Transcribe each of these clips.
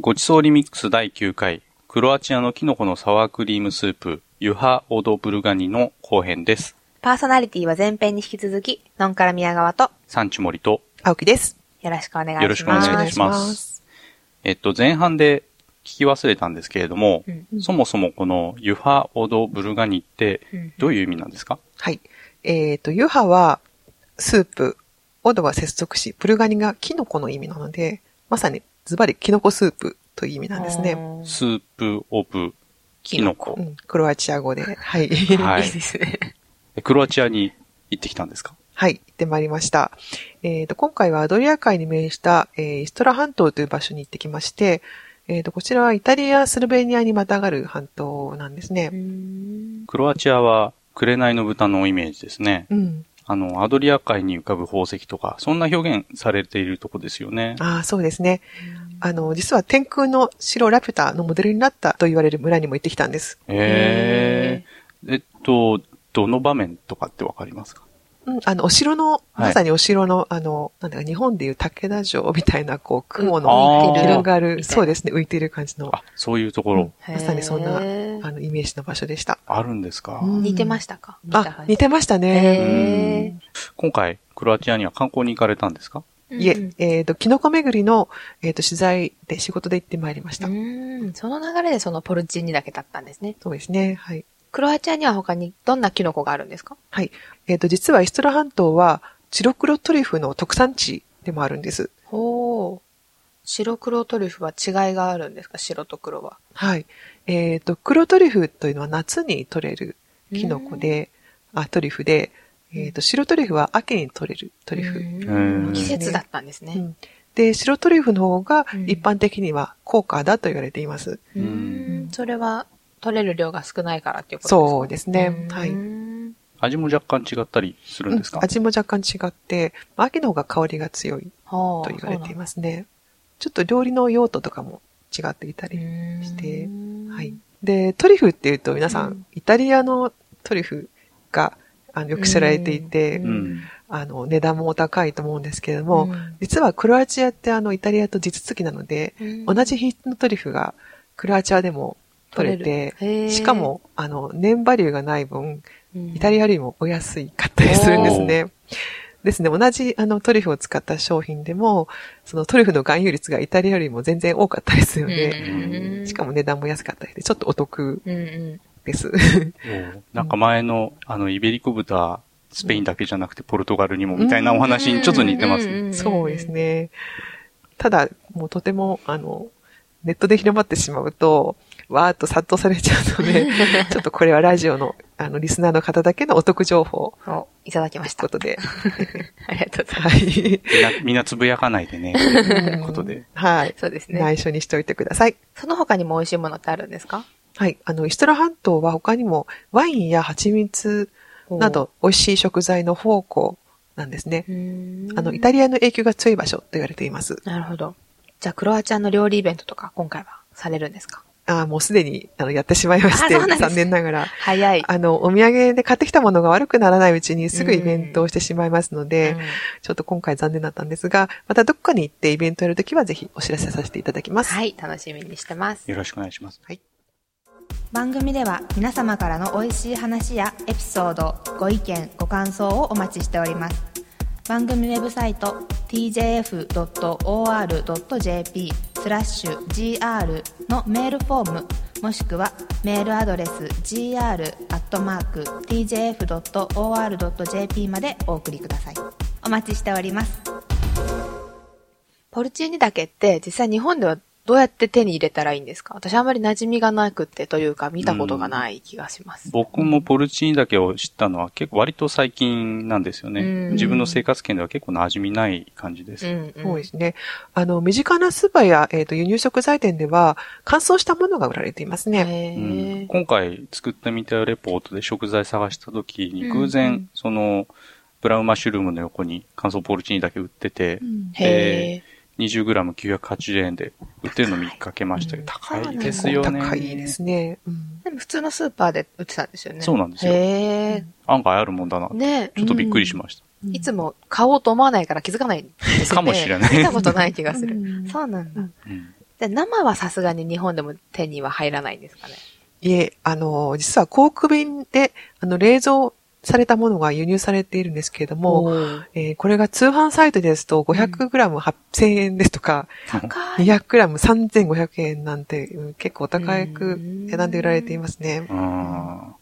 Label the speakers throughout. Speaker 1: ごちそうリミックス第9回、クロアチアのキノコのサワークリームスープ、ユハ・オド・ブルガニの後編です。
Speaker 2: パーソナリティは前編に引き続き、のんから宮川と、
Speaker 1: サンチュモリと、
Speaker 3: 青木です。
Speaker 2: よろしくお願いします。
Speaker 1: よろしくお願いしま。
Speaker 3: お願いします
Speaker 1: えっと、前半で聞き忘れたんですけれども、
Speaker 2: うん
Speaker 1: そもそもこのユハ・オド・ブルガニって
Speaker 2: うん
Speaker 1: どういう意味なんですか
Speaker 3: はい。えっ、と、ユハはスープ、オドは接続詞、ブルガニがキノコの意味なので、まさにズバリキノコスープという意味なんですね。
Speaker 1: スープ・オブ・キノコ
Speaker 3: う。ん、クロアチア語で。はい。
Speaker 1: はい
Speaker 3: いですね。
Speaker 1: えクロアチアに行ってきたんですか
Speaker 3: はい、行ってまいりました。えっ、と、今回はアドリア海に面した、えーイストラ半島という場所に行ってきまして、えっ、と、こちらはイタリア、スルベニアにまたがる半島なんです
Speaker 2: う
Speaker 3: ね。
Speaker 2: ん
Speaker 1: クロアチアは、紅の豚のイメージですね。
Speaker 3: うん。
Speaker 1: あの、アドリア海に浮かぶ宝石とか、そんな表現されているとこですよね。
Speaker 3: ああ、そうですね。あの、実は天空の城ラピュタのモデルになったと言われる村にも行ってきたんです。
Speaker 1: えええっと、どの場面とかってわかりますか
Speaker 3: うん、あの、お城の、
Speaker 1: はい
Speaker 3: まさにお城の、あの、なんだか、日本でいう武田城みたいな、こう、雲
Speaker 1: うん
Speaker 3: の
Speaker 1: あー
Speaker 3: 広がる、
Speaker 2: みたいな
Speaker 3: そうですね、浮いてる感じの、
Speaker 1: あ、そういうところ
Speaker 3: まさにそんな
Speaker 2: へー
Speaker 3: あの、イメージの場所でした。
Speaker 1: あるんですか、
Speaker 3: うん
Speaker 2: 似てましたか
Speaker 3: あ、似てました
Speaker 2: た
Speaker 3: ね。
Speaker 1: う今回、クロアチアには観光に行かれたんですか
Speaker 3: いえ、えっ、と、キノコ巡りの、えっ、と、取材で仕事で行ってまいりました。
Speaker 2: うんその流れでそのポルチーニだけだったんですね。
Speaker 3: そうですね、はい。
Speaker 2: クロアチアには他にどんなキノコがあるんですか
Speaker 3: はい。えっ、と、実はイストラ半島は、白黒トリュフの特産地でもあるんです。
Speaker 2: ほう。白黒トリュフは違いがあるんですか白と黒は。
Speaker 3: はい。えっ、と、黒トリュフというのは夏に取れるキノコで、あ、トリュフで、えっ、と、白トリュフは秋に取れるトリュフ。
Speaker 2: う
Speaker 1: へ
Speaker 2: ん
Speaker 1: ー
Speaker 2: 季節だったんです
Speaker 3: う
Speaker 2: ね。
Speaker 3: んで、白トリュフの方が
Speaker 2: うん
Speaker 3: 一般的には高価だと言われています。
Speaker 1: うん
Speaker 2: うんそれは取れる量が少ないからっていうことですか。
Speaker 3: そうですね。はいう
Speaker 2: ん
Speaker 1: 味も若干違ったりするんですか、
Speaker 3: うん味も若干違って、まあ秋の方が香りが強い
Speaker 2: は
Speaker 3: と
Speaker 2: あ
Speaker 3: 言われていますね。ちょっと料理の用途とかも違っていたり。してはい。で、トリュフっていうと皆さん、
Speaker 2: うん
Speaker 3: イタリアのトリュフがあのよく知られていて、
Speaker 2: う
Speaker 1: うんん。
Speaker 3: あの、値段もお高いと思うんですけれども、
Speaker 2: も
Speaker 3: 実はクロアチアってあの、イタリアと地続きなので、
Speaker 2: うん、
Speaker 3: 同じ品質のトリュフがクロアチアでも取れて、
Speaker 2: て
Speaker 3: しか、も、あの、年バリューがない分、イタ
Speaker 2: ア
Speaker 3: リアよりもお安いかったりするんですね。ですね、同じあのトリュフを使った商品でも、そのトリュフの含有率がイタリアよりも全然多かったりするので、
Speaker 1: う
Speaker 3: しかも値段も安かったりで、ちょっとお得
Speaker 2: も、うんうん
Speaker 3: です。
Speaker 1: おなんか前の、あの、イベリコ豚、スペインだけじゃなくてポルトガルにもみたいなお話にちょっと似てますね。
Speaker 2: んんんん
Speaker 3: そうですね。ただ、もうとても、あの、ネットで広まってしまうと、わーっと殺到されちゃうの で、ちょっとこれはラジオの、あの、リスナーの方だけのお得情報
Speaker 2: おいただきま
Speaker 3: とい
Speaker 2: し
Speaker 3: う
Speaker 2: た
Speaker 3: こ。とで、
Speaker 2: ありがとうございます。
Speaker 3: はい。
Speaker 1: みんな、みんなつぶやかないでね。
Speaker 3: うん
Speaker 1: ことで。
Speaker 3: はい。
Speaker 2: そうですね。
Speaker 3: 内緒にしておいてください。
Speaker 2: その他にも美味しいものってあるんですか
Speaker 3: はい。あの、イストラ半島は他にもワインや蜂蜜な、ど美味しい食材の宝庫なんですね。あ
Speaker 2: あ
Speaker 3: の、イタリアの影響が強い場所と言われています。
Speaker 2: なるほど。じゃあ、クロアチアの料理イベントとか、今回はされるんですか
Speaker 3: ああ、もうすでに、あの、やってしまいまして、
Speaker 2: あそうなんです
Speaker 3: 残念ながら。
Speaker 2: 早い。
Speaker 3: あの、お土産で買ってきたものが悪くならないうちにすぐイベントをしてしまいますので、
Speaker 2: うん
Speaker 3: ちょっと今回残念だったんですが、またどっかに行ってイベントやるときはぜひお知らせさせていただきます。
Speaker 2: はい、楽しみにしてます。
Speaker 1: よろしくお願いします。
Speaker 4: 番組では皆様からの美味しい話やエピソードご意見ご感想をお待ちしております番組ウェブサイト tjf.or.jp スラッシュ gr のメールフォームもしくはメールアドレス gr.tjf.or.jp までお送りくださいお待ちしております
Speaker 2: ポルチーニだけって実際日本ではどうやって手に入れたらいいんですか私あんまり馴染みがなくてというか見たことがない気がします。
Speaker 1: 僕もポルチーニだけを知ったのは結構割と最近なんですよね。
Speaker 2: うん
Speaker 1: 自分の生活圏では結構馴染みない感じです。
Speaker 2: ん、うん
Speaker 3: そうですね。あの、身近なスーパーや、えっ、と、輸入食材店では、乾燥したものが売られていますね。
Speaker 1: うん
Speaker 2: へー
Speaker 1: 今回作ってみたレポートで食材探した時に
Speaker 2: うん
Speaker 1: 偶
Speaker 2: う
Speaker 1: 然
Speaker 2: ん
Speaker 1: そのブラウンマッシュルームの横に乾燥ポルチーニだけ売ってて
Speaker 2: へ
Speaker 1: 20g980 円で売ってるの見かけましたけど
Speaker 2: 高い
Speaker 1: 高い
Speaker 2: うん
Speaker 1: ですよね。
Speaker 3: 高いですね。うん
Speaker 2: ー。でも普通のスーパーで売ってたんですよね。
Speaker 1: そうなんですよ
Speaker 2: へ
Speaker 1: 案外あるもんだな。
Speaker 2: ーね
Speaker 1: ちょっとびっくりしました。
Speaker 2: いつも買おうと思わないから気づかないんですよね。
Speaker 1: かもしれない
Speaker 2: 見たことない気がする。
Speaker 3: うん
Speaker 2: そうなんだ。
Speaker 1: うん
Speaker 2: で生はさすがに日本でも手には入らないんですかね。
Speaker 3: いえ、あの、実は航空便で、あの、冷蔵されたものが輸入されているんですけれども、
Speaker 2: う、
Speaker 3: えーこれが通販サイトですと 500g8000 円ですとか、
Speaker 2: 高い。
Speaker 3: 200g3500 円なんて、うん結構お高
Speaker 2: う
Speaker 3: く
Speaker 2: ん
Speaker 3: 値段で売られていますね。
Speaker 1: あ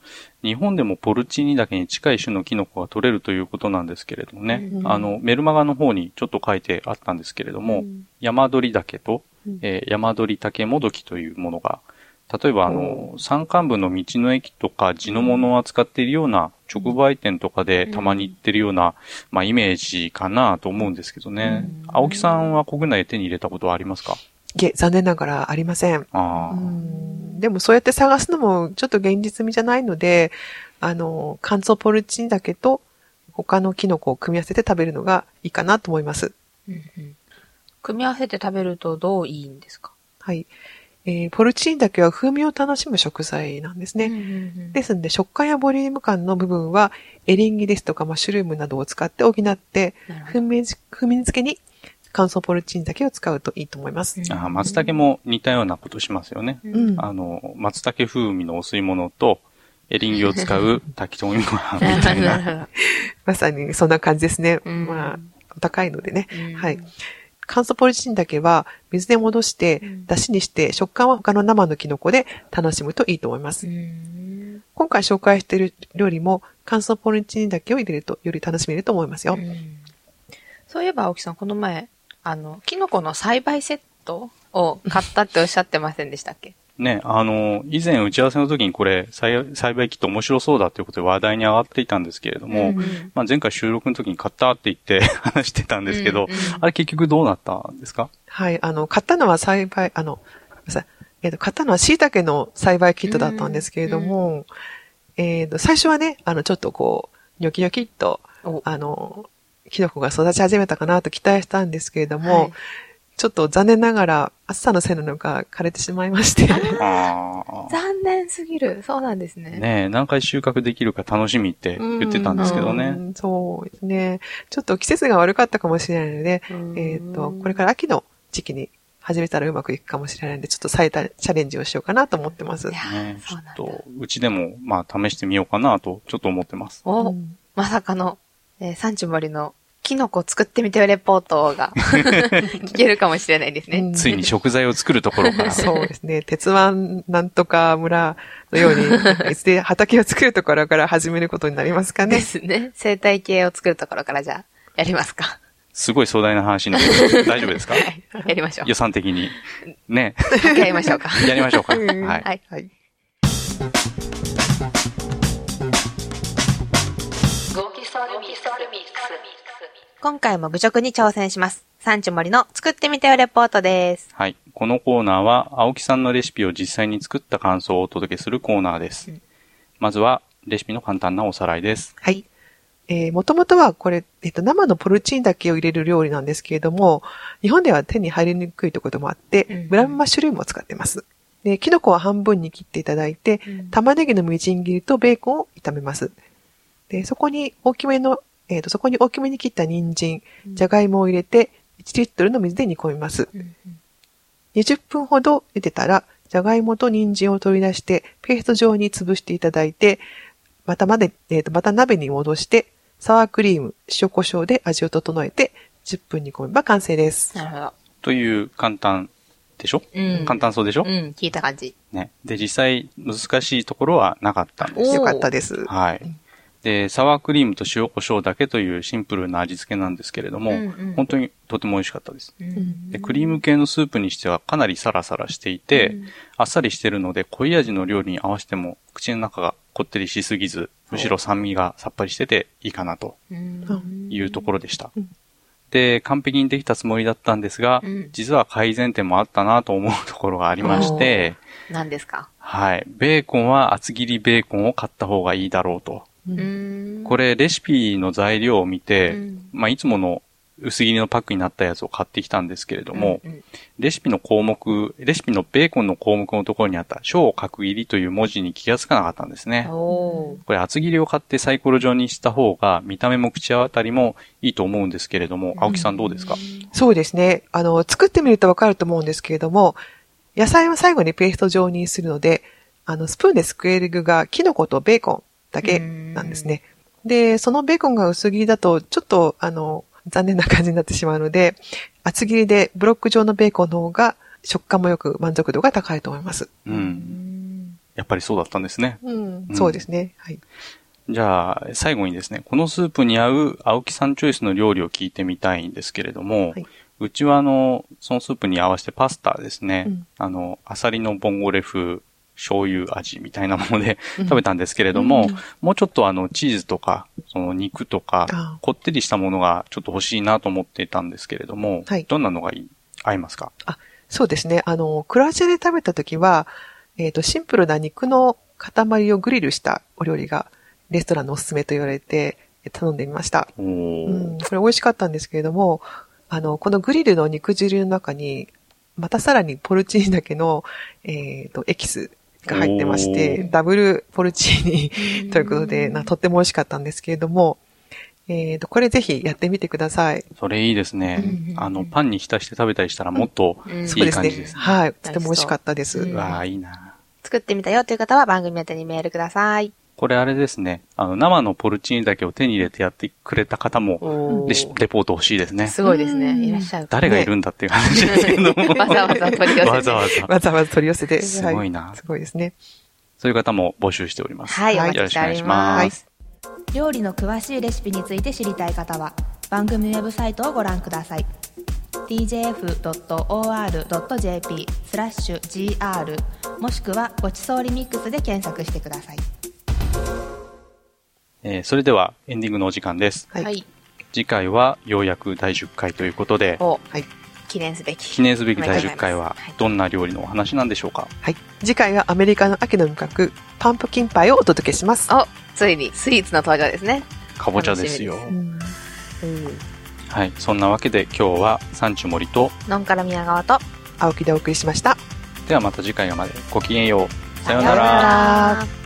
Speaker 1: ー日本でもポルチーニだけに近い種のキノコが取れるということなんですけれどもね、
Speaker 3: うん
Speaker 1: あの、メルマガの方にちょっと書いてあったんですけれども、
Speaker 2: うん
Speaker 1: 山鳥竹と、
Speaker 2: うん
Speaker 1: えー山鳥竹もどきというものが、例えばあの、山間部の道の駅とか地のものを扱っているような直売店とかで
Speaker 2: うん
Speaker 1: たまに行ってるような、まあイメージかなと思うんですけどね。
Speaker 2: うん
Speaker 1: 青木さんは国内で手に入れたことはありますか
Speaker 3: いえ、残念ながらありません。
Speaker 1: ああ、
Speaker 3: うんでもそうやって探すのもちょっと現実味じゃないので、あの、乾燥ポルチンだけと他のキノコを組み合わせて食べるのがいいかなと思います。
Speaker 2: うんうん組み合わせて食べるとどういいんですか
Speaker 3: はい。えーポルチーンだけは風味を楽しむ食材なんですね。
Speaker 2: で、
Speaker 3: ですので、食感やボリューム感の部分は、エリンギですとかマッシュルームなどを使って補って、
Speaker 2: なるほ
Speaker 3: 風味づ風味付けに乾燥ポルチーンだけを使うといいと思います。
Speaker 2: ど。
Speaker 1: あー松茸も似たようなことしますよね。
Speaker 2: う。
Speaker 3: うんん。
Speaker 1: あの、松茸風味のお吸い物と、エリンギを使 う炊き込みご飯みたいな。
Speaker 2: るほ
Speaker 3: まさにそんな感じですね。
Speaker 2: うん
Speaker 3: まあ、お高いのでね。
Speaker 2: どうん
Speaker 3: はい乾燥ポルチーンだけは、水で戻して
Speaker 2: うん、
Speaker 3: 出汁にして、食感は他の生のキノコで楽しむといいと思いま
Speaker 2: う
Speaker 3: す。
Speaker 2: ん
Speaker 3: 今回紹介している料理も、乾燥ポルチーンだけを入れると、より楽しめると思いますよ。
Speaker 2: うんそういえば青木さん、この前、あの、キノコの栽培セットを買ったっておっしゃってませんでしたっけ
Speaker 1: ね、あの、以前打ち合わせの時にこれ、栽栽培キット面白そうだということで話題に上がっていたんですけれども、
Speaker 2: うん
Speaker 1: まあ、前回収録の時に買ったって言って 話してたんですけど、
Speaker 2: うんうん
Speaker 1: あれ結局どうなったんですか
Speaker 3: はい、あの、買ったのは栽培、あの、ごめんなさいえっ、と、買ったのは椎茸の栽培キットだったんですけれども、えっ、と、最初はね、あの、ちょっとこう、ニョキニョキっと、
Speaker 2: お
Speaker 3: あの、キノコが育ち始めたかなと期待したんですけれども、
Speaker 2: はい
Speaker 3: ちょっと残念ながら、暑さのせいなのか枯れてしまい まして、
Speaker 1: ああ。
Speaker 2: 残念すぎる。そうなんですね。
Speaker 1: ね何回収穫できるか楽しみって言ってたんですけど
Speaker 3: う
Speaker 1: ね。
Speaker 3: んそうですね。ちょっと季節が悪かったかもしれないので、
Speaker 2: うん
Speaker 3: えっ、と、これから秋の時期に始めたらうまくいくかもしれないので、ちょっと再チャレンジをしようかなと思ってます
Speaker 2: い。やー
Speaker 1: ねち
Speaker 2: そ
Speaker 1: ょ
Speaker 2: うなんだ
Speaker 1: っと、うちでも、まあ、試してみようかなと、ちょっと思ってます。
Speaker 2: お、
Speaker 3: うん
Speaker 2: まさかの、えー、サンチュモリのキノコ作ってみてレポー トが聞けるかもしれないですね。
Speaker 3: うん
Speaker 1: ついに食材を作るところ から。
Speaker 3: そうですね。 鉄腕なんとか村のように、いつで畑を作るところから始めることになりますか
Speaker 2: で
Speaker 3: ね。
Speaker 2: すね。生態系を作るところからじゃあ、やりま すか。
Speaker 1: すごい壮大な話になりました。大丈夫ですか
Speaker 2: はい。やりましょう
Speaker 1: 予。算的に。ね。
Speaker 2: 掛け合いましょうか。
Speaker 1: やりましょうか。は
Speaker 3: うん
Speaker 1: い。
Speaker 2: はい。
Speaker 3: はい。
Speaker 4: 今回も侮辱に挑戦します。産地森の作ってみてよレポートです。
Speaker 1: はい。このコーナーは、青木さんのレシピを実際に作った感想をお届けするコーナーです。まずは、レシピの簡単なおさらいです。
Speaker 3: はい。えー、もともとはこれ、えっ、と、生のポルチーンだけを入れる料理なんですけれども、日本では手に入りにくいところもあって、
Speaker 2: うん
Speaker 3: ブラウンマッシュルームを使ってます。で、キノコは半分に切っていただいて、
Speaker 2: うん
Speaker 3: 玉ねぎのみじん切りとベーコンを炒めます。で、そこに大きめの、えっ、と、そこに大きめに切った人参、じゃがいもを入れて、1リットルの水で煮込みます。20分ほど茹でたら、じゃがいもと人参を取り出して、ペースト状に潰していただいて、またまで、えーと、また鍋に戻して、サワークリーム、塩胡椒で味を整えて、10分煮込めば完成です。
Speaker 2: なるほど。
Speaker 1: という簡単でしょ、
Speaker 2: うん
Speaker 1: 簡単そうでしょ、
Speaker 2: うん、聞いた感じ。
Speaker 1: ね。で、実際、難しいところはなかったんです。
Speaker 2: おー
Speaker 3: よかったです。
Speaker 1: はい。で、サワークリームと塩胡椒だけというシンプルな味付けなんですけれども、
Speaker 2: うんうん
Speaker 1: 本当にとても美味しかったです。
Speaker 2: うん
Speaker 1: で、クリーム系のスープにしてはかなりサラサラしていて、あっさりしてるので濃い味の料理に合わせても口の中がこってりしすぎず、むしろ酸味がさっぱりしてていいかなと
Speaker 2: うん
Speaker 1: いうところでした。
Speaker 3: うん
Speaker 1: で、完璧にできたつもりだったんですが、
Speaker 2: うん
Speaker 1: 実は改善点もあったなと思うところがありまして、
Speaker 2: 何ですか
Speaker 1: はい。ベーコンは厚切りベーコンを買った方がいいだろうと。
Speaker 3: うん
Speaker 2: うん
Speaker 1: これレシピの材料を見て、
Speaker 2: うん
Speaker 1: まあいつもの薄切りのパックになったやつを買ってきたんですけれども、
Speaker 2: うんうん
Speaker 1: レシピの項目、レシピのベーコンの項目のところにあった、小角切りという文字に気がつかなかったんですね。
Speaker 2: おー
Speaker 1: これ厚切りを買ってサイコロ状にした方が、見た目も口当たりもいいと思うんですけれども、青木さんどうですか、
Speaker 3: そうですね。あの、作ってみるとわかると思うんですけれども、野菜は最後にペースト状にするので、あの、スプーンですくえる具がキノコとベーコンだけなんですね。で、そのベーコンが薄切りだと、ちょっと、あの、残念な感じになってしまうので、厚切りでブロック状のベーコンの方が食感も良く満足度が高いと思います。
Speaker 1: うん、
Speaker 2: うん
Speaker 1: やっぱりそうだったんですね。
Speaker 3: うん
Speaker 1: うん
Speaker 3: そうですね。はい。
Speaker 1: じゃあ、最後にですね、このスープに合う青木さんチョイスの料理を聞いてみたいんですけれども、
Speaker 3: はいう
Speaker 1: ちはあの、そのスープに合わせてパスタですね、
Speaker 3: うん
Speaker 1: あの、アサリのボンゴレ風醤油味みたいなもので食べたんですけれども、もうちょっとあの、チーズとか、その肉と
Speaker 3: あ
Speaker 1: か、こってりしたものがちょっと欲しいなと思っていたんですけれども、
Speaker 3: はい
Speaker 1: どんなのがいい合いますか
Speaker 3: そうですね。あの、クロアチアで食べた時は、えっ、と、シンプルな肉の塊をグリルしたお料理が、レストランのおすすめと言われて、え頼んでみました。
Speaker 1: お
Speaker 3: うん、
Speaker 1: ー
Speaker 3: これ美味しかったんですけれども、あの、このグリルの肉汁の中に、またさらにポルチーニだけの、えっ、と、エキスが入ってまし
Speaker 1: お
Speaker 3: て、ダブルポルチーニということで、なとっても美味しかったんですけれども、えっ、と、これぜひやってみてください。
Speaker 1: それいいですね、
Speaker 2: うん
Speaker 1: あの、パンに浸して食べたりしたらもっと、
Speaker 2: うん
Speaker 3: そう
Speaker 1: いい
Speaker 3: です
Speaker 1: 感
Speaker 3: ね。
Speaker 1: じですね
Speaker 3: はい。とても美味しかったです。
Speaker 2: うん
Speaker 1: うわーいいな
Speaker 2: 作ってみたよという方は番組宛てにメールください。
Speaker 1: これあれですね。あの、生のポルチーニだけを手に入れてやってくれた方も、
Speaker 2: お
Speaker 1: レシレポート欲しいですね。
Speaker 2: すごいです
Speaker 4: うん
Speaker 2: ね。いらっしゃる。
Speaker 1: 誰がいるんだっていう話ですけども。
Speaker 2: わざわざ取り寄せて
Speaker 1: わざわざ。
Speaker 3: わざわざ取り寄せて。
Speaker 1: すごいな
Speaker 3: はすごいですね。
Speaker 1: そういう方も募集しております。
Speaker 2: はい、お
Speaker 3: はい
Speaker 1: よ
Speaker 2: 待
Speaker 1: ろ
Speaker 2: ちし
Speaker 1: してくお
Speaker 2: お
Speaker 1: 願い
Speaker 2: り
Speaker 1: し
Speaker 2: ま。
Speaker 1: ますす。
Speaker 4: 料理の詳しいレシピについて知りたい方は番組ウェブサイトをご覧ください tjf.or.jp スラッシュ gr もしくはごちそうリミックスで検索してください
Speaker 1: えーそれでは、エンディングのお時間です。
Speaker 3: はい。
Speaker 2: はい。
Speaker 1: 次回は、ようやく第10回ということで、
Speaker 2: お、
Speaker 3: はい。
Speaker 2: 記念すべき。
Speaker 1: 記念すべき第10
Speaker 2: おめでと
Speaker 1: 回
Speaker 2: うござい
Speaker 1: は
Speaker 2: ますはい、
Speaker 1: どんな料理のお話なんでしょうか
Speaker 3: はい。次回はアメリカの秋の味覚、パンプキンパイをお届けします。
Speaker 2: お、ついにスイーツの登場ですね。
Speaker 1: かぼちゃですよ。
Speaker 2: 楽し
Speaker 3: う
Speaker 2: う
Speaker 3: ん
Speaker 2: ん。
Speaker 1: はい。そんなわけで、今日は、サンチュ森と、
Speaker 2: のんから宮川と、
Speaker 3: 青木でお送りしました。
Speaker 1: ではまた次回まで、ごきげんよう。さような
Speaker 2: さよう
Speaker 1: ら
Speaker 2: な。ら